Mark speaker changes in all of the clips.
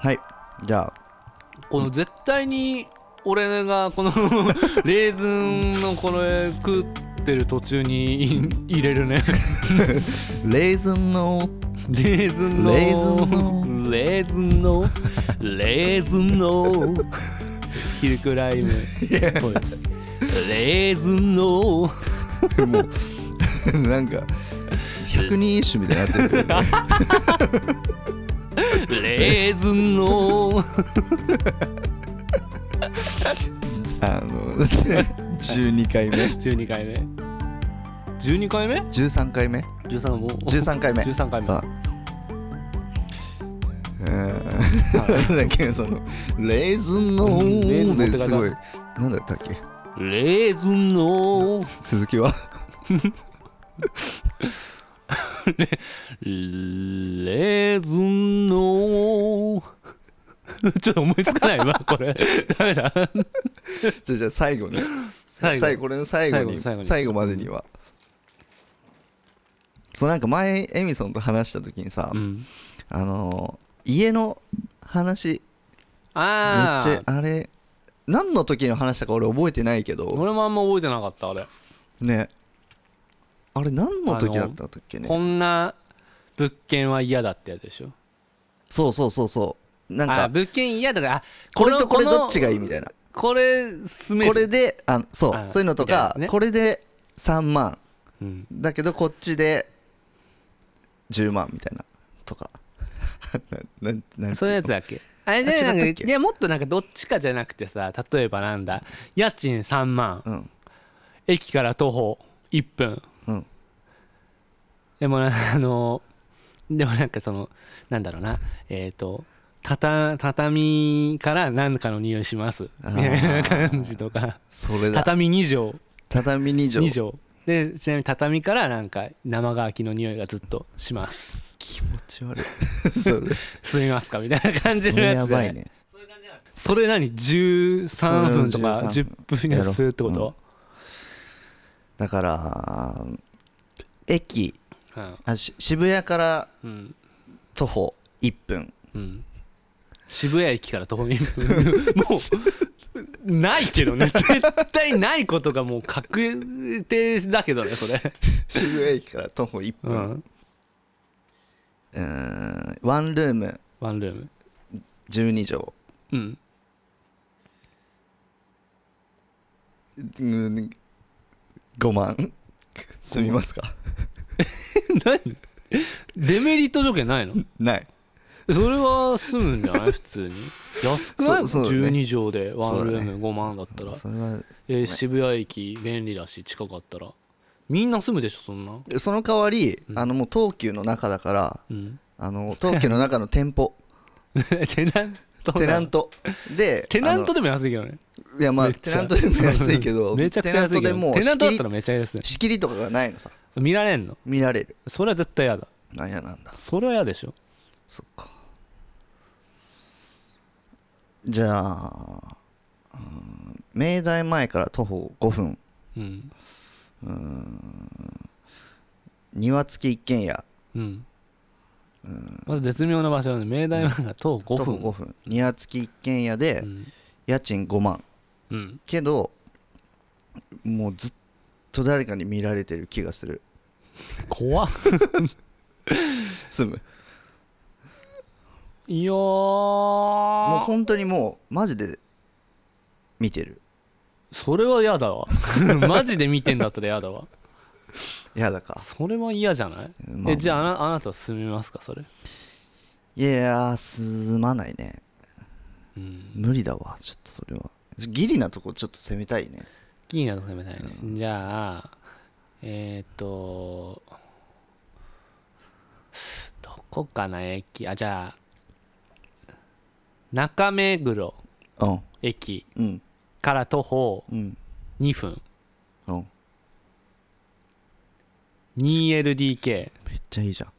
Speaker 1: はいじゃあ
Speaker 2: この絶対に俺がこの レーズンのこれ食ってる途中に入れるね
Speaker 1: レーズンの
Speaker 2: レーズンの
Speaker 1: レーズン
Speaker 2: レーズンのレーズンのヒルクライムおいレーズンの
Speaker 1: も うなんか百人一首みたいになってるけどね
Speaker 2: レーズンの
Speaker 1: あの12回目
Speaker 2: 12回目12回目
Speaker 1: 13回目
Speaker 2: ?13 も
Speaker 1: 13回目
Speaker 2: 13回目
Speaker 1: あうーんだけどそのレーズンの
Speaker 2: うん
Speaker 1: ですごいなんだったっけ
Speaker 2: レーズンの
Speaker 1: 続きは
Speaker 2: レーズンの ちょっと思いつかないわこれ ダメだ
Speaker 1: じゃあじゃあ最後ね
Speaker 2: 最後
Speaker 1: 最後これの最後に
Speaker 2: 最後に
Speaker 1: 最後までにはそうなんか前エミソンと話した時にさ、
Speaker 2: うん
Speaker 1: あのー家の話めっ
Speaker 2: あ
Speaker 1: ちゃ
Speaker 2: あ
Speaker 1: あれ何の時の話だか俺覚えてないけど
Speaker 2: 俺もあんま覚えてなかったあれ
Speaker 1: ねあれ何の時だったっけね
Speaker 2: こんな物件は嫌だってやつでしょ
Speaker 1: そうそうそうそうなん
Speaker 2: あ
Speaker 1: か
Speaker 2: 物件嫌だからあ
Speaker 1: これとこれ
Speaker 2: の
Speaker 1: どっちがいいみたいな
Speaker 2: これ住める
Speaker 1: これであそ
Speaker 2: あ
Speaker 1: うそういうのと
Speaker 2: みたい
Speaker 1: か
Speaker 2: なね
Speaker 1: これで3万
Speaker 2: うん
Speaker 1: だけどこっちで10万みたいなとか なななん
Speaker 2: そういうやつだっけあれじ
Speaker 1: あ
Speaker 2: ゃな
Speaker 1: 違ったっ
Speaker 2: い
Speaker 1: け
Speaker 2: いやもっとなんかどっちかじゃなくてさ例えばなんだ家賃3万、
Speaker 1: うん
Speaker 2: 駅から徒歩1分
Speaker 1: うん
Speaker 2: でもなあのでもなんかそのなんだろうなえっ、とたた畳から何かの匂いします
Speaker 1: あ
Speaker 2: み
Speaker 1: ー
Speaker 2: たいな感じと か
Speaker 1: それだ
Speaker 2: 畳2畳
Speaker 1: 畳2畳
Speaker 2: 2畳でちなみに畳からなんか生乾きの匂いがずっとします
Speaker 1: 気持ち悪いそれ
Speaker 2: 吸いますかみたいな感
Speaker 1: そ
Speaker 2: じの
Speaker 1: れ
Speaker 2: や
Speaker 1: や
Speaker 2: つで
Speaker 1: ばいね
Speaker 2: それ何13分とか
Speaker 1: それ
Speaker 2: 10
Speaker 1: を
Speaker 2: 分にするってこと、
Speaker 1: だから駅
Speaker 2: うん
Speaker 1: あし渋谷から
Speaker 2: うん
Speaker 1: 徒歩1分
Speaker 2: うん、渋谷駅から徒歩1分もうないけ どね絶対ないことがもう確定だけどねそれ、
Speaker 1: 渋谷駅から徒歩1
Speaker 2: う
Speaker 1: 分
Speaker 2: ん、
Speaker 1: うーんワンルーム
Speaker 2: ワンルーム
Speaker 1: 12畳
Speaker 2: うん
Speaker 1: うん5万 住みます か
Speaker 2: 何デメリット条件ないの
Speaker 1: ない
Speaker 2: それは住むんじ ゃない普通に安くない、
Speaker 1: そうそうだね
Speaker 2: 12畳でワン
Speaker 1: そ
Speaker 2: ル
Speaker 1: う
Speaker 2: ーム5万だったら、
Speaker 1: それは
Speaker 2: えー渋谷駅便利だし近かったらみんな住むでしょそんな
Speaker 1: その代わり、あのもう東急の中だから
Speaker 2: うん
Speaker 1: あの東急の中の店舗
Speaker 2: テナント
Speaker 1: テナントで
Speaker 2: テナントでも安いけどね
Speaker 1: あのいやま
Speaker 2: め
Speaker 1: あ
Speaker 2: っち
Speaker 1: テ
Speaker 2: ゃ
Speaker 1: ナントでも安いけど
Speaker 2: めちゃくちゃ安い
Speaker 1: テナントで
Speaker 2: けど
Speaker 1: もう
Speaker 2: テナ
Speaker 1: 仕
Speaker 2: ント
Speaker 1: 切
Speaker 2: だったら
Speaker 1: り
Speaker 2: めっちゃ安い
Speaker 1: 仕切りとかがないのさ
Speaker 2: 見られんの
Speaker 1: 見られる
Speaker 2: それは絶対嫌だ
Speaker 1: なんやなんだ
Speaker 2: それは嫌でしょ
Speaker 1: そっかじゃあ、うん明大前から徒歩5分
Speaker 2: うん
Speaker 1: 庭付き一軒家
Speaker 2: うんまず絶妙な場所なんで明大なんか徒歩
Speaker 1: 徒
Speaker 2: 5
Speaker 1: 歩
Speaker 2: 分
Speaker 1: 5分庭付き一軒家で
Speaker 2: うん
Speaker 1: 家賃5万
Speaker 2: うん
Speaker 1: けどもうずっと誰かに見られてる気がする
Speaker 2: 怖っ
Speaker 1: 住む
Speaker 2: いや
Speaker 1: もう
Speaker 2: ー
Speaker 1: 本当にもうマジで見てる
Speaker 2: それは嫌だわ マジで見てんだったら嫌だわ
Speaker 1: やだか
Speaker 2: それは嫌じゃない
Speaker 1: まあ
Speaker 2: えじゃああなあなたは住みますかそれ
Speaker 1: いやーすまないね
Speaker 2: うん
Speaker 1: 無理だわちょっとそれはギリなとこちょっと攻めたいね
Speaker 2: 気になると攻めたいねじゃあえっとどこかな駅あじゃあ中目黒
Speaker 1: うん
Speaker 2: 駅
Speaker 1: うん
Speaker 2: から徒歩
Speaker 1: うん
Speaker 2: 2分
Speaker 1: うん
Speaker 2: 2LDK
Speaker 1: めっちゃいいじゃん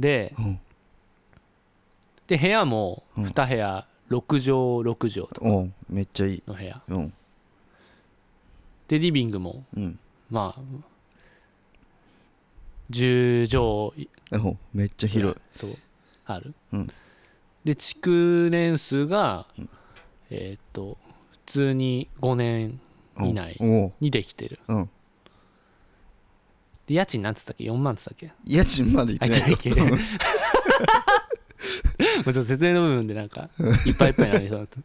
Speaker 2: で
Speaker 1: うん
Speaker 2: で部屋も
Speaker 1: うん
Speaker 2: 2部屋6畳6畳と
Speaker 1: うんめっちゃいい
Speaker 2: の部屋
Speaker 1: うん
Speaker 2: でリビングも
Speaker 1: うん
Speaker 2: まあ10畳
Speaker 1: うんめっちゃ広い
Speaker 2: そうある、
Speaker 1: うん
Speaker 2: で築年数が、えーっと普通に5年
Speaker 1: うん
Speaker 2: 以内
Speaker 1: おう
Speaker 2: にできてる
Speaker 1: うん
Speaker 2: で家賃なんつったっけ4万つったっけ
Speaker 1: 家賃まで行
Speaker 2: あ
Speaker 1: って
Speaker 2: いけ
Speaker 1: ない
Speaker 2: ない
Speaker 1: よ
Speaker 2: いけ ないもうちょっと説明の部分でなんかいっぱいいっぱいになりそうだった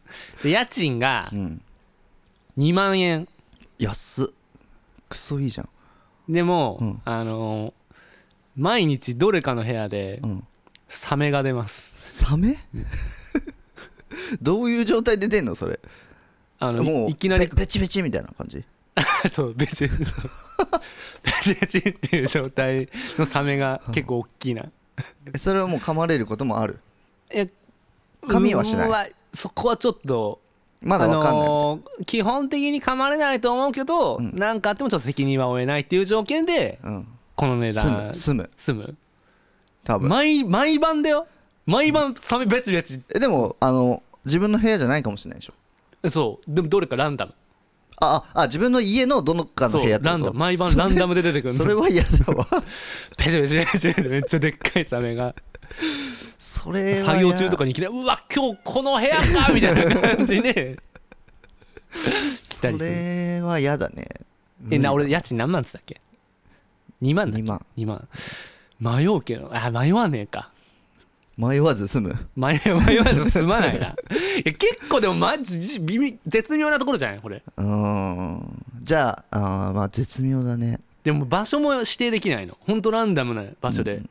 Speaker 2: で家賃が
Speaker 1: うん
Speaker 2: 2万円
Speaker 1: 安っクソいいじゃん
Speaker 2: でも、
Speaker 1: うん
Speaker 2: あのー毎日どれかの部屋で
Speaker 1: うん
Speaker 2: サメが出ます
Speaker 1: サメどういう状態で出んのそれ
Speaker 2: あの
Speaker 1: もう
Speaker 2: いいきなり
Speaker 1: べべちべちみたいな感じ
Speaker 2: そう ベチベチそうベチベチっていう状態のサメが結構大きいな、
Speaker 1: えそれはもう噛まれることもある
Speaker 2: いや
Speaker 1: 髪はしない
Speaker 2: うんわそこはちょっと
Speaker 1: まだわかんない、
Speaker 2: あのー基本的に噛まれないと思うけど、
Speaker 1: ん
Speaker 2: なんかあってもちょっと責任は負えないっていう条件で
Speaker 1: うん
Speaker 2: この値
Speaker 1: 住
Speaker 2: 段
Speaker 1: む住む
Speaker 2: 住む
Speaker 1: 多分
Speaker 2: 毎毎晩だよ毎晩サメベチベチ
Speaker 1: えでもあの自分の部屋じゃないかもしれないでしょ
Speaker 2: そうでもどれかランダム
Speaker 1: あああ自分の家のどのかの
Speaker 2: そ
Speaker 1: 部屋
Speaker 2: う
Speaker 1: ってこと
Speaker 2: ランダム毎晩ランダムで出てくる
Speaker 1: それは嫌だわ
Speaker 2: ベチベチベチベチめっちゃでっかいサメが
Speaker 1: それは嫌
Speaker 2: 作業中とかにいきなり「うわ今日この部屋か!」みたいな感じで来
Speaker 1: そ
Speaker 2: たりする
Speaker 1: れは嫌だね
Speaker 2: えな俺家賃何万っつったっけ2万だっ
Speaker 1: 2万
Speaker 2: け2万迷うけどあ迷わねえか
Speaker 1: 迷わず住む
Speaker 2: 迷迷わず済 まないないや結構でもマジじ微妙絶妙なところじゃないこれ
Speaker 1: うーんじゃああーまあ絶妙だね
Speaker 2: でも場所も指定できないのほんとランダムな場所で、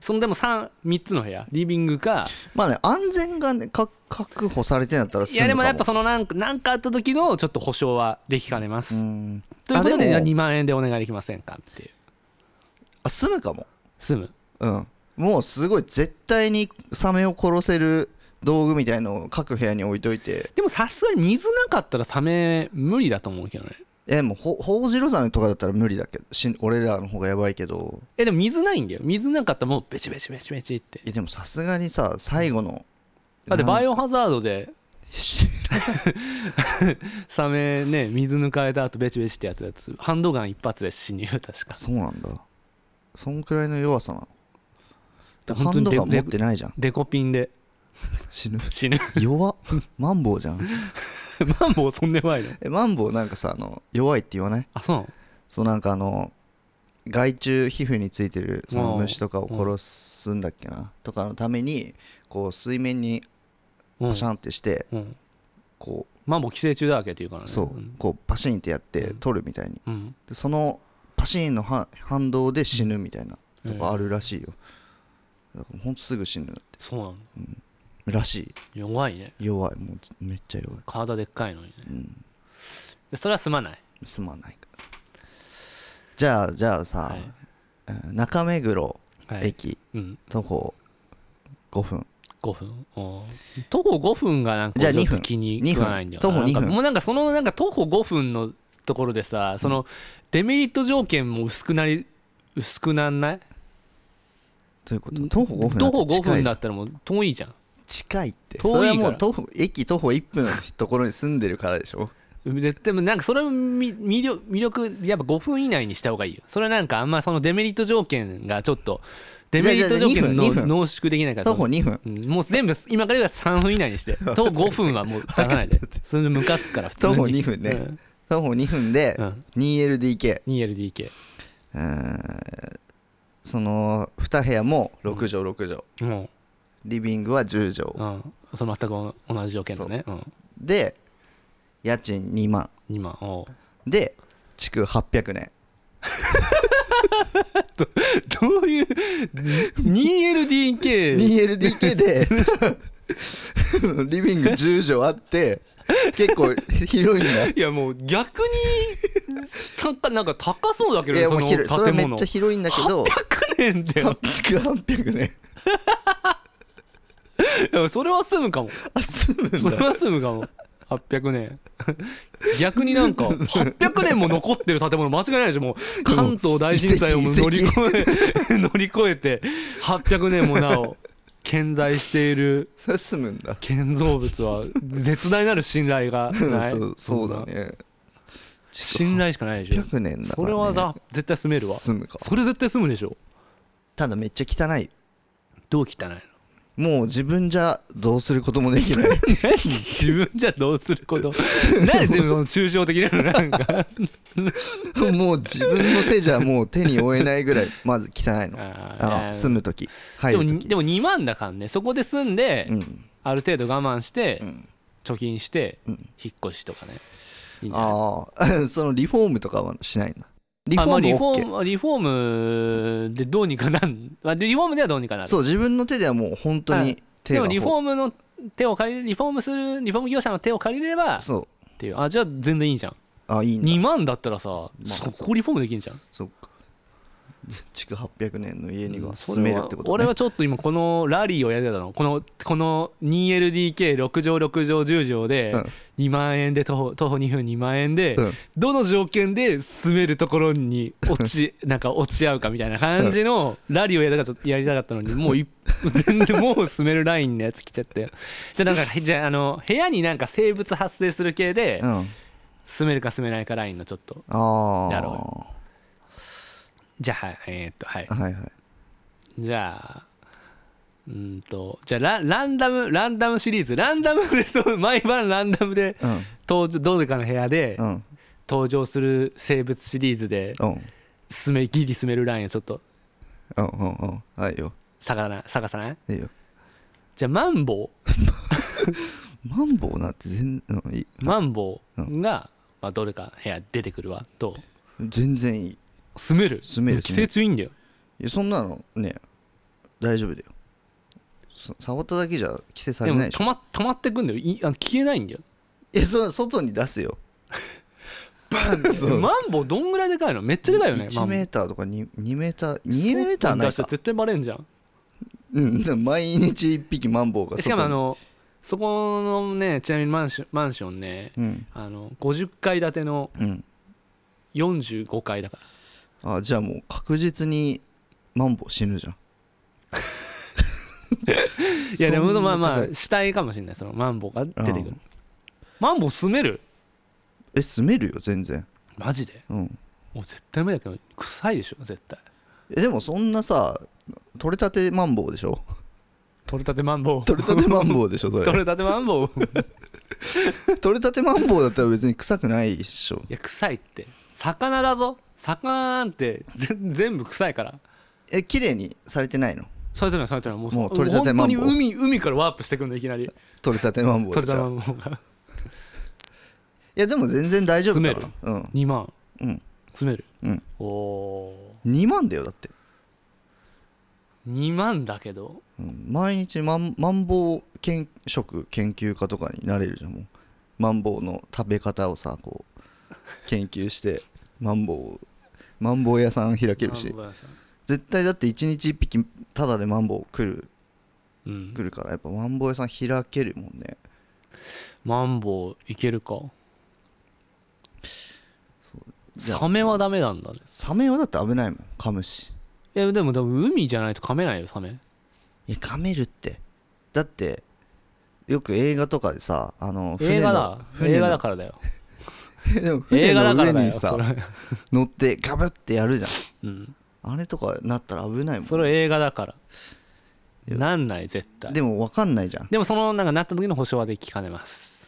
Speaker 2: そのでも 3, 3つの部屋リビングか
Speaker 1: まあね安全がねか確保されてんだったら
Speaker 2: い
Speaker 1: 住
Speaker 2: や
Speaker 1: む
Speaker 2: で
Speaker 1: か
Speaker 2: も
Speaker 1: も
Speaker 2: やっぱそのなんかなんかあった時のちょっと保証はできかねます、
Speaker 1: うん
Speaker 2: ということで
Speaker 1: あでも
Speaker 2: 2万円でお願いできませんかっていう
Speaker 1: あ住むかも
Speaker 2: 住む
Speaker 1: うんもうすごい絶対にサメを殺せる道具みたいのを各部屋に置いといて
Speaker 2: でもさすがに水なかったらサメ無理だと思うけどね
Speaker 1: えもうほホオジロザメとかだったら無理だけどし俺らの方がやばいけど
Speaker 2: えでも水ないんだよ水なかったらもうベチベチベチベチって
Speaker 1: いやでもさすがにさ最後の
Speaker 2: だっ
Speaker 1: な
Speaker 2: て
Speaker 1: ん
Speaker 2: バイオハザードでサメね水抜かれた後ベチベチってやつやつハンドガン一発で死ぬよ確か
Speaker 1: そうなんだそんくらいの弱さなの
Speaker 2: だから
Speaker 1: ハ
Speaker 2: 本当
Speaker 1: ン
Speaker 2: に
Speaker 1: ド
Speaker 2: レ
Speaker 1: ガン持ってない じゃん
Speaker 2: デコピンで
Speaker 1: 死ぬ
Speaker 2: 死ぬ
Speaker 1: 弱っマンボウじゃん
Speaker 2: マンボウそんな弱いの
Speaker 1: えマンボウなんかさあの弱いって言わない
Speaker 2: あそうなの
Speaker 1: そうなんかあの害虫皮膚についてるその
Speaker 2: うん
Speaker 1: 虫とかを殺すんだっけなとかのためにこう水面に
Speaker 2: うん
Speaker 1: パシャンってして
Speaker 2: うん、
Speaker 1: こ
Speaker 2: マンボウ寄生虫だらけっていうからね
Speaker 1: うそうんこうパシンってやって取るみたいに
Speaker 2: うん
Speaker 1: でそのパシーンのは反動で死ぬみたいなとかあるらしいよだからほんとすぐ死ぬ
Speaker 2: そうなの
Speaker 1: らしい
Speaker 2: 弱いね
Speaker 1: 弱いもうめっちゃ弱い
Speaker 2: 体でっかいのにね、
Speaker 1: ん
Speaker 2: でそれはすまない
Speaker 1: すまないからじゃあじゃあさ、
Speaker 2: はい
Speaker 1: うん中目黒
Speaker 2: はい、
Speaker 1: 駅
Speaker 2: うん、
Speaker 1: 徒歩5分
Speaker 2: 5分おー徒歩5分がなんか
Speaker 1: じゃあ
Speaker 2: ちょっと
Speaker 1: 2分
Speaker 2: 気に食わないんだよな
Speaker 1: 2分徒歩2分
Speaker 2: なんかもうなんかそのなんか徒歩5分のところでさそのデメリット条件も薄くなり薄くなんない
Speaker 1: ということ徒歩5分
Speaker 2: 徒歩5
Speaker 1: 近い
Speaker 2: 分だったらもう遠いじゃん
Speaker 1: 近いって
Speaker 2: 遠い
Speaker 1: それはも
Speaker 2: か
Speaker 1: う
Speaker 2: ら
Speaker 1: 徒歩駅徒歩1分のところに住んでるからでしょ
Speaker 2: 絶対もうなんかそれもみ魅力魅力やっぱ5分以内にした方がいいよそれなんかあんまそのデメリット条件がちょっとデメリット
Speaker 1: じゃ
Speaker 2: 条
Speaker 1: あじゃあ
Speaker 2: 件の
Speaker 1: 2分2分
Speaker 2: 濃縮できないから
Speaker 1: 徒歩2分
Speaker 2: うんもう全部今から言うから3分以内 にして徒歩5分はもう出さないでそれでムカつくから普通に
Speaker 1: 徒歩2分ね
Speaker 2: うん
Speaker 1: 徒歩2分で
Speaker 2: うん
Speaker 1: 2LDK
Speaker 2: 2LDK
Speaker 1: うーんその2部屋も6畳6畳、
Speaker 2: も
Speaker 1: リビングは10畳、
Speaker 2: う、うん、その全く同じ条件だねう、ん、
Speaker 1: で家賃2万
Speaker 2: 今おう
Speaker 1: で築800年
Speaker 2: どういう 2LDK
Speaker 1: 2LDK でリビング10畳あって結構広いんだ
Speaker 2: いやもう逆にたかなんか高そうだけど
Speaker 1: い
Speaker 2: ね
Speaker 1: や
Speaker 2: そ
Speaker 1: もう
Speaker 2: の
Speaker 1: 広いそれは
Speaker 2: 建
Speaker 1: めっ
Speaker 2: 物
Speaker 1: ちゃ広いんだけど
Speaker 2: 800年だ よ
Speaker 1: 築800年
Speaker 2: いやそれは住む かも
Speaker 1: あ住むんだ
Speaker 2: それは住むかも800年逆になんか800年も残ってる建物間違いないでしょもう関東大震災を
Speaker 1: 遺
Speaker 2: もう
Speaker 1: 跡
Speaker 2: 乗り越え 乗り越えて800年もなお健在している
Speaker 1: それ住むんだ
Speaker 2: 建造物は絶大なる信頼がない
Speaker 1: そうそうだ
Speaker 2: んな
Speaker 1: ね
Speaker 2: 信頼しかないでしょ
Speaker 1: 800年だから、ね、
Speaker 2: それはさ絶対住めるわ
Speaker 1: 住むか
Speaker 2: それ絶対住むでしょ
Speaker 1: ただめっちゃ汚い
Speaker 2: どう汚いの
Speaker 1: もう自分じゃどうすることもできない
Speaker 2: 自分じゃどうすること何でもその抽象的なのなんか
Speaker 1: もう自分の手じゃもう手に負えないぐらいまず汚い のあ
Speaker 2: あ
Speaker 1: の
Speaker 2: ー
Speaker 1: 住む時入
Speaker 2: でも
Speaker 1: る
Speaker 2: で
Speaker 1: 時
Speaker 2: も2万だからねそこで住んで、
Speaker 1: うん
Speaker 2: ある程度我慢して、
Speaker 1: うん
Speaker 2: 貯金して、
Speaker 1: うん
Speaker 2: 引っ越しとかねいいんじゃない
Speaker 1: ああそのリフォー ムとかはしないんだリフ
Speaker 2: あま
Speaker 1: ォ
Speaker 2: あ
Speaker 1: ー
Speaker 2: リ
Speaker 1: ム
Speaker 2: フォ
Speaker 1: OK
Speaker 2: ームリフォームでどうにかなん、 まあ、リフォームではどうにかなる
Speaker 1: そう自分の手ではもう本当に手
Speaker 2: で
Speaker 1: が
Speaker 2: もリフォ
Speaker 1: ほ
Speaker 2: ームの手を借りるリフォームするリフォーム業者の手を借りればっ
Speaker 1: そう
Speaker 2: ていうあじゃあ全然いいじゃん
Speaker 1: あいいんだ
Speaker 2: 2万だったらさ、
Speaker 1: まあ
Speaker 2: そこリフォームできんじゃん
Speaker 1: そっか 築800年の家には
Speaker 2: そ
Speaker 1: 住
Speaker 2: れ
Speaker 1: め
Speaker 2: は
Speaker 1: るってこと
Speaker 2: 俺
Speaker 1: ね
Speaker 2: はちょっと今このラリーをやってたのこのこの 2LDK6 畳6畳10畳で
Speaker 1: うん
Speaker 2: 2万円で徒歩徒歩2分2万円で
Speaker 1: うん
Speaker 2: どの条件で住めるところに落 ちなんか落ち合うかみたいな感じのラリーをやりたかったやりたかったのにもうい全 然もう住めるラインのやつ来ちゃってじゃあなんかじゃああの部屋になんか生物発生する系で
Speaker 1: うん
Speaker 2: 住めるか住めないかラインのちょっと
Speaker 1: ああ
Speaker 2: なるほじゃあはいえーっとはい
Speaker 1: はいはい
Speaker 2: じゃあうーんとじゃあラランダムランダムシリーズランダムでそう毎晩ランダムで
Speaker 1: うん
Speaker 2: 登場どれかの部屋で
Speaker 1: うん
Speaker 2: 登場する生物シリーズで
Speaker 1: うん
Speaker 2: 進めギリ進めるラインをちょっと
Speaker 1: うんうんうんはいよ
Speaker 2: 探さない探さない
Speaker 1: いいよ
Speaker 2: じゃあマンボ
Speaker 1: マンボウなんて全,、うん、いい
Speaker 2: ウマンボウが、まあ、どれか部屋出てくるわと
Speaker 1: 全然いい
Speaker 2: 住める
Speaker 1: 住める
Speaker 2: 寄生虫いいんだよ
Speaker 1: いやそんなのね大丈夫だよそ触っただけじゃ規制さ
Speaker 2: で
Speaker 1: れ
Speaker 2: も
Speaker 1: ないでし
Speaker 2: 止
Speaker 1: ょ
Speaker 2: ま止まってくんだよいあの消えないんだよ
Speaker 1: えそ外に出す よ そう
Speaker 2: マンボウどんぐらいでかいのめっちゃでかいよねマ
Speaker 1: 1
Speaker 2: ンボウ
Speaker 1: メーターとか 2, 2メーター2メーターない
Speaker 2: 外に出した
Speaker 1: から
Speaker 2: 絶対バレんじゃん
Speaker 1: うんでも毎日1匹マンボウが
Speaker 2: し
Speaker 1: 外
Speaker 2: か
Speaker 1: に
Speaker 2: もあのそこのねちなみにマンションマンションね
Speaker 1: うん
Speaker 2: あの50階建ての
Speaker 1: うん
Speaker 2: 45階だから
Speaker 1: あじゃあもう確実にマンボウ死ぬじゃん
Speaker 2: いやでも
Speaker 1: そんな
Speaker 2: まあま
Speaker 1: 高い
Speaker 2: あ死体かもしれないそのマンボウが出てく
Speaker 1: う
Speaker 2: る
Speaker 1: ん
Speaker 2: マンボウ住める
Speaker 1: え住めるよ全然
Speaker 2: マジで
Speaker 1: うん
Speaker 2: もう絶対無理だけど臭いでしょ絶対
Speaker 1: えでもそんなさ取れたてマンボウでし ょ
Speaker 2: 取れたてマンボウ
Speaker 1: 取れたてマンボウでしょそ
Speaker 2: 取
Speaker 1: れ
Speaker 2: れたてマンボウい
Speaker 1: 取れたてマンボウだったら別に臭くないでしょ
Speaker 2: や臭いって魚だぞ魚なんてぜ全部臭いから
Speaker 1: え綺麗にされてないの
Speaker 2: されてないされてないもう
Speaker 1: もう取れたてマンボウ
Speaker 2: 本当に海海からワープしてくんのいきなり
Speaker 1: 取れたてマンボウ
Speaker 2: 取
Speaker 1: で
Speaker 2: れ
Speaker 1: じ
Speaker 2: た
Speaker 1: ゃ
Speaker 2: て
Speaker 1: あ
Speaker 2: マンボウが
Speaker 1: いやでも全然大丈夫だ
Speaker 2: 住
Speaker 1: からうん
Speaker 2: 2万
Speaker 1: うん
Speaker 2: 詰める
Speaker 1: うん
Speaker 2: おお
Speaker 1: 2万だよだって、
Speaker 2: 2万だけど
Speaker 1: うん、毎日マンマンボウ研食研究家とかになれるじゃんもうマンボウの食べ方をさこう研究して マンボウをマンボウ屋さん開ける
Speaker 2: ま
Speaker 1: し
Speaker 2: あごめんなさい
Speaker 1: 絶対だって1日1匹タダでマンボウ来る
Speaker 2: うん
Speaker 1: 来るからやっぱマンボウ屋さん開けるもんね
Speaker 2: マンボウいけるか
Speaker 1: じゃあ
Speaker 2: サメはダメなんだね
Speaker 1: サメはだって危ないもん噛むし
Speaker 2: いやでも多分海じゃないと噛めないよサメ
Speaker 1: いや噛めるってだってよく映画とかでさあの船の
Speaker 2: 映画だ
Speaker 1: 船の
Speaker 2: 映画だからだよ
Speaker 1: でも 船
Speaker 2: 映画だ
Speaker 1: の
Speaker 2: か
Speaker 1: 上
Speaker 2: らだ
Speaker 1: に
Speaker 2: よそ
Speaker 1: さ
Speaker 2: れ
Speaker 1: 乗ってガブってやるじゃん
Speaker 2: うん
Speaker 1: あれとかなったら危ないもん
Speaker 2: それ映画だからなんない絶対
Speaker 1: でも分かんないじゃん
Speaker 2: でもそのなんかなった時の保証はできかねます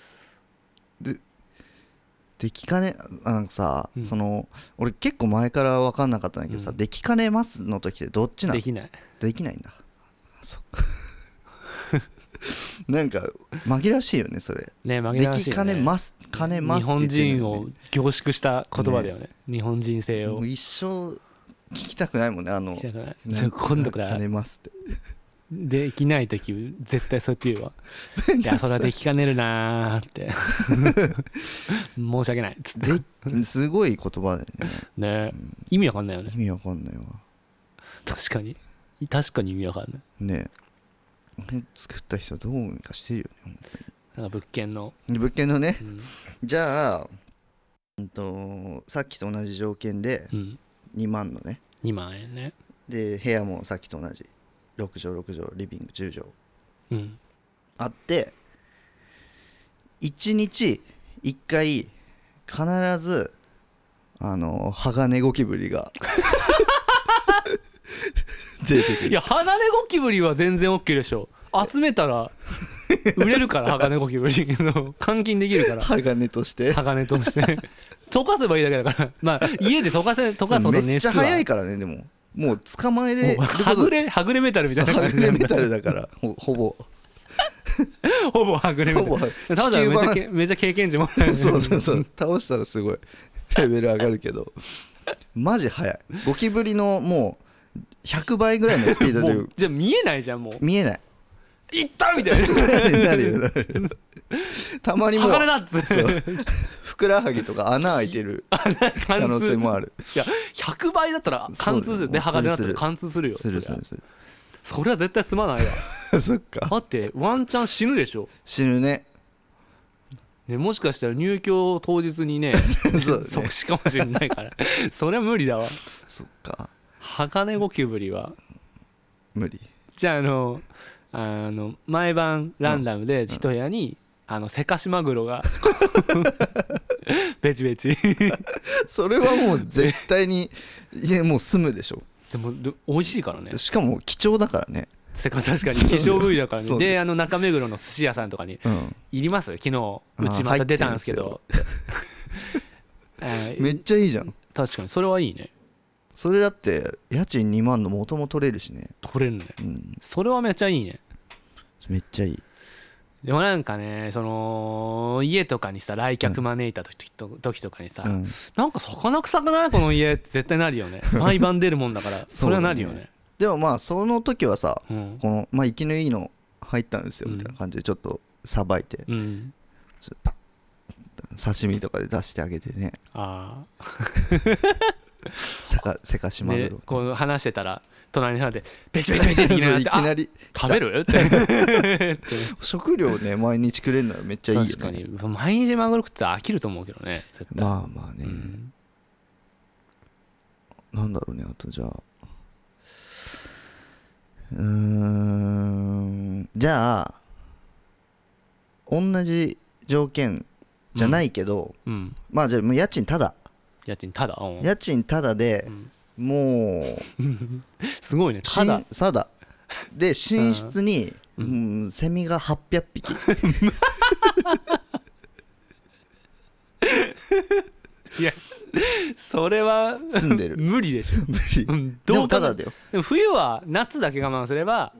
Speaker 1: できかねあなんかさ、
Speaker 2: うん
Speaker 1: その俺結構前から分かんなかったんだけどさ、
Speaker 2: うん
Speaker 1: できかねますの時ってどっちなの
Speaker 2: で
Speaker 1: でき
Speaker 2: きない
Speaker 1: ないんだそっか なんか紛らわしいよねそれ
Speaker 2: ね紛
Speaker 1: で
Speaker 2: らわしい
Speaker 1: き
Speaker 2: よ
Speaker 1: かね
Speaker 2: ね
Speaker 1: ますかねま
Speaker 2: 日
Speaker 1: すって
Speaker 2: 本
Speaker 1: 言ってる
Speaker 2: 人
Speaker 1: の
Speaker 2: を
Speaker 1: に
Speaker 2: 凝縮した言葉だよね日本人性
Speaker 1: も
Speaker 2: を
Speaker 1: う一生聞きたくないもんねあの
Speaker 2: 聞きたくない
Speaker 1: なん
Speaker 2: ちょ今度から
Speaker 1: かねますって
Speaker 2: できない時絶対そうやって言う わいやそれはできかねるなーって 申し訳ないっつって
Speaker 1: ですごい言葉だよね
Speaker 2: ね意味わかんないよね
Speaker 1: 意味わかんないわ
Speaker 2: 確かに確かに意味わかんない
Speaker 1: ねえ作った人どうにかしてるよね
Speaker 2: なんか物件の、
Speaker 1: で物件のね
Speaker 2: うん
Speaker 1: じゃあ、うんと、さっきと同じ条件で
Speaker 2: うん、
Speaker 1: 2万のね
Speaker 2: 2万円ね
Speaker 1: で部屋もさっきと同じ6畳6畳リビング10畳
Speaker 2: うん
Speaker 1: あって1日1回必ずあの鋼ゴキブリが 出てく
Speaker 2: い
Speaker 1: る
Speaker 2: や離れゴキブリは全然 OK でしょ集めたら売れるから鋼ゴキブリの換金できるから
Speaker 1: 鋼として
Speaker 2: 鋼として溶かせばいいだけだからまあ家で溶かせ溶かすほ
Speaker 1: め
Speaker 2: ど
Speaker 1: っ
Speaker 2: 熱
Speaker 1: ちゃ
Speaker 2: は
Speaker 1: 早いからねでももう捕まえれる
Speaker 2: もうは
Speaker 1: こと
Speaker 2: ぐれはぐれメタルみたいな感
Speaker 1: ハ
Speaker 2: じ
Speaker 1: グ
Speaker 2: な
Speaker 1: レ
Speaker 2: ん
Speaker 1: メ
Speaker 2: だ
Speaker 1: タルだからほほぼ
Speaker 2: ほぼはぐれメ
Speaker 1: ほ
Speaker 2: タル
Speaker 1: ぼ
Speaker 2: ただめっちゃ
Speaker 1: 版
Speaker 2: けめっちゃ経験値もらえ る
Speaker 1: そうそうそう倒したらすごいレベル上がるけどマジ速いゴキブリのもう100倍ぐらいのスピード
Speaker 2: も
Speaker 1: で
Speaker 2: うじゃあ見えないじゃんもう
Speaker 1: 見えない
Speaker 2: 行ったみたいな
Speaker 1: なる なるよなるよたまにもう
Speaker 2: 鋼だっつっ
Speaker 1: そう
Speaker 2: て
Speaker 1: ふくらはぎとか穴開いてる可
Speaker 2: 貫
Speaker 1: 能性
Speaker 2: 通
Speaker 1: もある
Speaker 2: いや100倍だったら貫通す
Speaker 1: そうだよ
Speaker 2: るで
Speaker 1: もう
Speaker 2: 鋼だっ
Speaker 1: するす
Speaker 2: たら
Speaker 1: る
Speaker 2: 貫通するよ
Speaker 1: する
Speaker 2: そ
Speaker 1: す
Speaker 2: りゃ
Speaker 1: るする
Speaker 2: それは絶対すまない わ
Speaker 1: そっか
Speaker 2: 待ってワンチャン死ぬでしょ、
Speaker 1: 死ぬ ね
Speaker 2: ね、もしかしたら入居当日にね
Speaker 1: そうだね
Speaker 2: 即死かもしれないからそれは無理だわ
Speaker 1: そっか
Speaker 2: 鋼ゴキブリは
Speaker 1: 無理
Speaker 2: じゃああのあの毎晩ランダムで一部屋に、あのせかしマグロ がベチベチ
Speaker 1: それはもう絶対にいやもう済むでしょ
Speaker 2: でもで美味しいからね
Speaker 1: しかも貴重だからね
Speaker 2: せか確かに
Speaker 1: そうだ
Speaker 2: 化
Speaker 1: よ
Speaker 2: 粧部位だから
Speaker 1: そ
Speaker 2: ね
Speaker 1: うだよ
Speaker 2: であの中目黒の寿司屋さんとかに
Speaker 1: うん
Speaker 2: いります昨日うち
Speaker 1: あー
Speaker 2: また出たんですけど えー
Speaker 1: めっちゃいいじゃん
Speaker 2: 確かにそれはいいね
Speaker 1: それだって家賃2万の元も取れるしね
Speaker 2: 取れるね
Speaker 1: うん
Speaker 2: それはめっちゃいいね
Speaker 1: めっちゃいい
Speaker 2: でもなんかねその家とかにさ来客招いた時と,、時とかにさ、
Speaker 1: うん
Speaker 2: なんか魚臭くないこの家って絶対なるよね 毎晩出るもんだからそれはなるよね
Speaker 1: でもまあその時はさ
Speaker 2: うん
Speaker 1: このまあ生きのいいの入ったんですよ
Speaker 2: うん
Speaker 1: みたいな感じでちょっとさばいて
Speaker 2: うん
Speaker 1: 刺身とかで出してあげてね
Speaker 2: あ
Speaker 1: せかせかし
Speaker 2: あ
Speaker 1: まぐ
Speaker 2: で
Speaker 1: ろ
Speaker 2: こう話してたら隣の人 でベチベチベチって言いなが
Speaker 1: そう
Speaker 2: らっ
Speaker 1: い
Speaker 2: て
Speaker 1: きな
Speaker 2: あ
Speaker 1: り
Speaker 2: 食 べるって
Speaker 1: 食料ね毎日くれるならめっちゃいいよね
Speaker 2: 確かに毎日マグロ食ってたら飽きると思うけどね絶対、
Speaker 1: まあまあね、
Speaker 2: うん
Speaker 1: なんだろうねあとじゃあうーんじゃあ同じ条件じゃないけど、
Speaker 2: うん
Speaker 1: まあじゃあもう家賃ただ
Speaker 2: 家賃ただうん
Speaker 1: 家賃ただで、もう
Speaker 2: すごいねただ
Speaker 1: 寝ただで寝室に、うんセミが800匹
Speaker 2: いやそれ は
Speaker 1: 住んでる
Speaker 2: 無理でしょ
Speaker 1: 無理
Speaker 2: うん
Speaker 1: で
Speaker 2: ど
Speaker 1: も
Speaker 2: う
Speaker 1: た
Speaker 2: か
Speaker 1: だ
Speaker 2: な
Speaker 1: だよ
Speaker 2: でも冬は夏だけ我慢すれば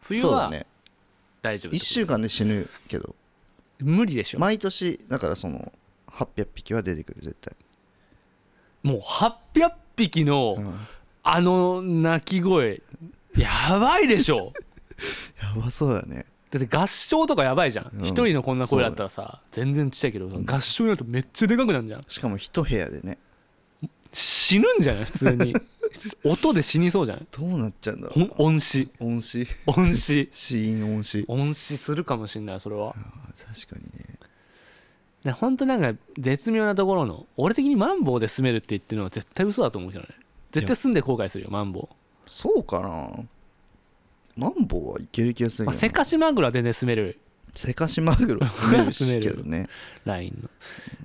Speaker 2: 冬
Speaker 1: そうだ
Speaker 2: は
Speaker 1: ね
Speaker 2: 大丈夫、
Speaker 1: 1週間で死ぬけど
Speaker 2: 無理でしょ、
Speaker 1: 毎年だからその800匹は出てくる絶対
Speaker 2: もう800匹の、あの鳴き声やばいで しょ
Speaker 1: やばそうだね
Speaker 2: だって合唱とかやばいじゃん
Speaker 1: うん
Speaker 2: 一、人のこんな声だったらさ全然ちっちゃいけど、合唱になるとめっちゃでかくなるじゃん
Speaker 1: しかも一部屋でね
Speaker 2: 死ぬんじゃない普通 に音で死にそうじゃない
Speaker 1: どうなっちゃうんだろ
Speaker 2: ほん音死
Speaker 1: う音詞
Speaker 2: 音死
Speaker 1: 死因音詞
Speaker 2: 音死するかもしんないそれは
Speaker 1: あ確かにね
Speaker 2: ねほんとなんか絶妙なところの俺的にマンボウで住めるって言ってるのは絶対嘘だと思うけどね絶対住んで後悔するよマンボウ、
Speaker 1: そうかなマンボウはいける気がする
Speaker 2: まあ、
Speaker 1: け
Speaker 2: せ
Speaker 1: どな
Speaker 2: かしマグロは全然住める
Speaker 1: せかしマグロ住める
Speaker 2: 住め
Speaker 1: し
Speaker 2: る
Speaker 1: けど ね
Speaker 2: ラインの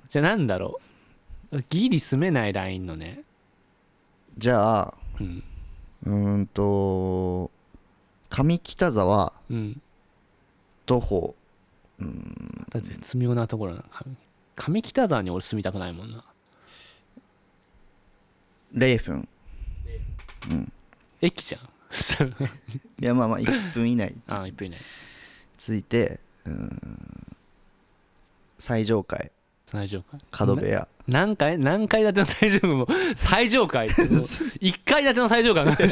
Speaker 2: じゃあなんだろうギリ住めないラインのね
Speaker 1: じゃあ
Speaker 2: うん
Speaker 1: うーんと上北沢
Speaker 2: うん
Speaker 1: 徒歩
Speaker 2: また絶妙なところな上上北沢に俺住みたくないもんな
Speaker 1: 0分
Speaker 2: 駅じゃん
Speaker 1: いやまあまあ1分以内
Speaker 2: ああいっぱいね
Speaker 1: ついてうーん最上階
Speaker 2: 最上階
Speaker 1: 角部屋
Speaker 2: 何階何階建ての最上階も最上階ってもう一階建ての最上階 の話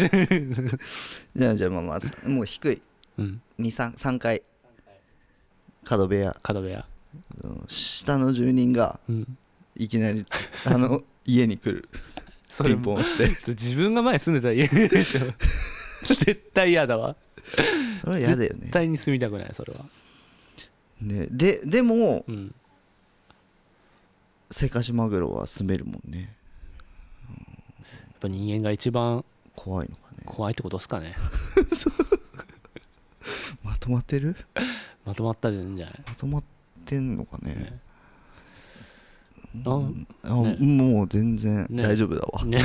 Speaker 1: じゃあじゃあまあまあもう低い
Speaker 2: うん
Speaker 1: 23階角部屋
Speaker 2: 角部屋
Speaker 1: うん下の住人が
Speaker 2: うん
Speaker 1: いきなりあの家に来 る
Speaker 2: そ
Speaker 1: ピ
Speaker 2: れ
Speaker 1: ン
Speaker 2: も
Speaker 1: ポンして
Speaker 2: 自分が前住んでた家でしょ絶対嫌だわ
Speaker 1: それは嫌だよね
Speaker 2: 絶対に住みたくないそれは
Speaker 1: ねででも
Speaker 2: うん
Speaker 1: せかしマグロは住めるもんね
Speaker 2: やっぱ人間が一番
Speaker 1: 怖いのかね
Speaker 2: 怖いってことですかね
Speaker 1: まとまってる
Speaker 2: まとまったんじゃない
Speaker 1: まとまってんのかね
Speaker 2: ねあ
Speaker 1: あ
Speaker 2: ね
Speaker 1: もう全然
Speaker 2: ね
Speaker 1: 大丈夫だわ、
Speaker 2: ね、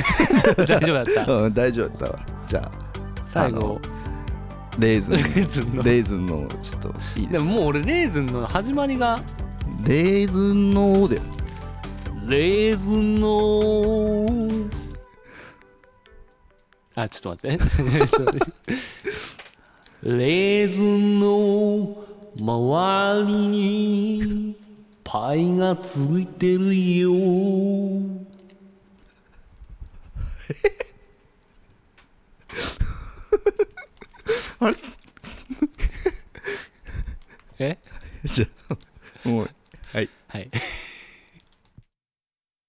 Speaker 2: 大丈夫だった。
Speaker 1: うん大丈夫だったわじゃあ
Speaker 2: 最後、
Speaker 1: レーズ
Speaker 2: レ
Speaker 1: ン
Speaker 2: ーズンの
Speaker 1: レーズンのちょっといいで
Speaker 2: ですも
Speaker 1: か
Speaker 2: もう俺レーズンの始まりが
Speaker 1: レーズンの「で
Speaker 2: レーズンのあちょっと待ってレーズンの周りにパイがついてるよ
Speaker 1: あ れ
Speaker 2: え
Speaker 1: じゃあもうはい
Speaker 2: はい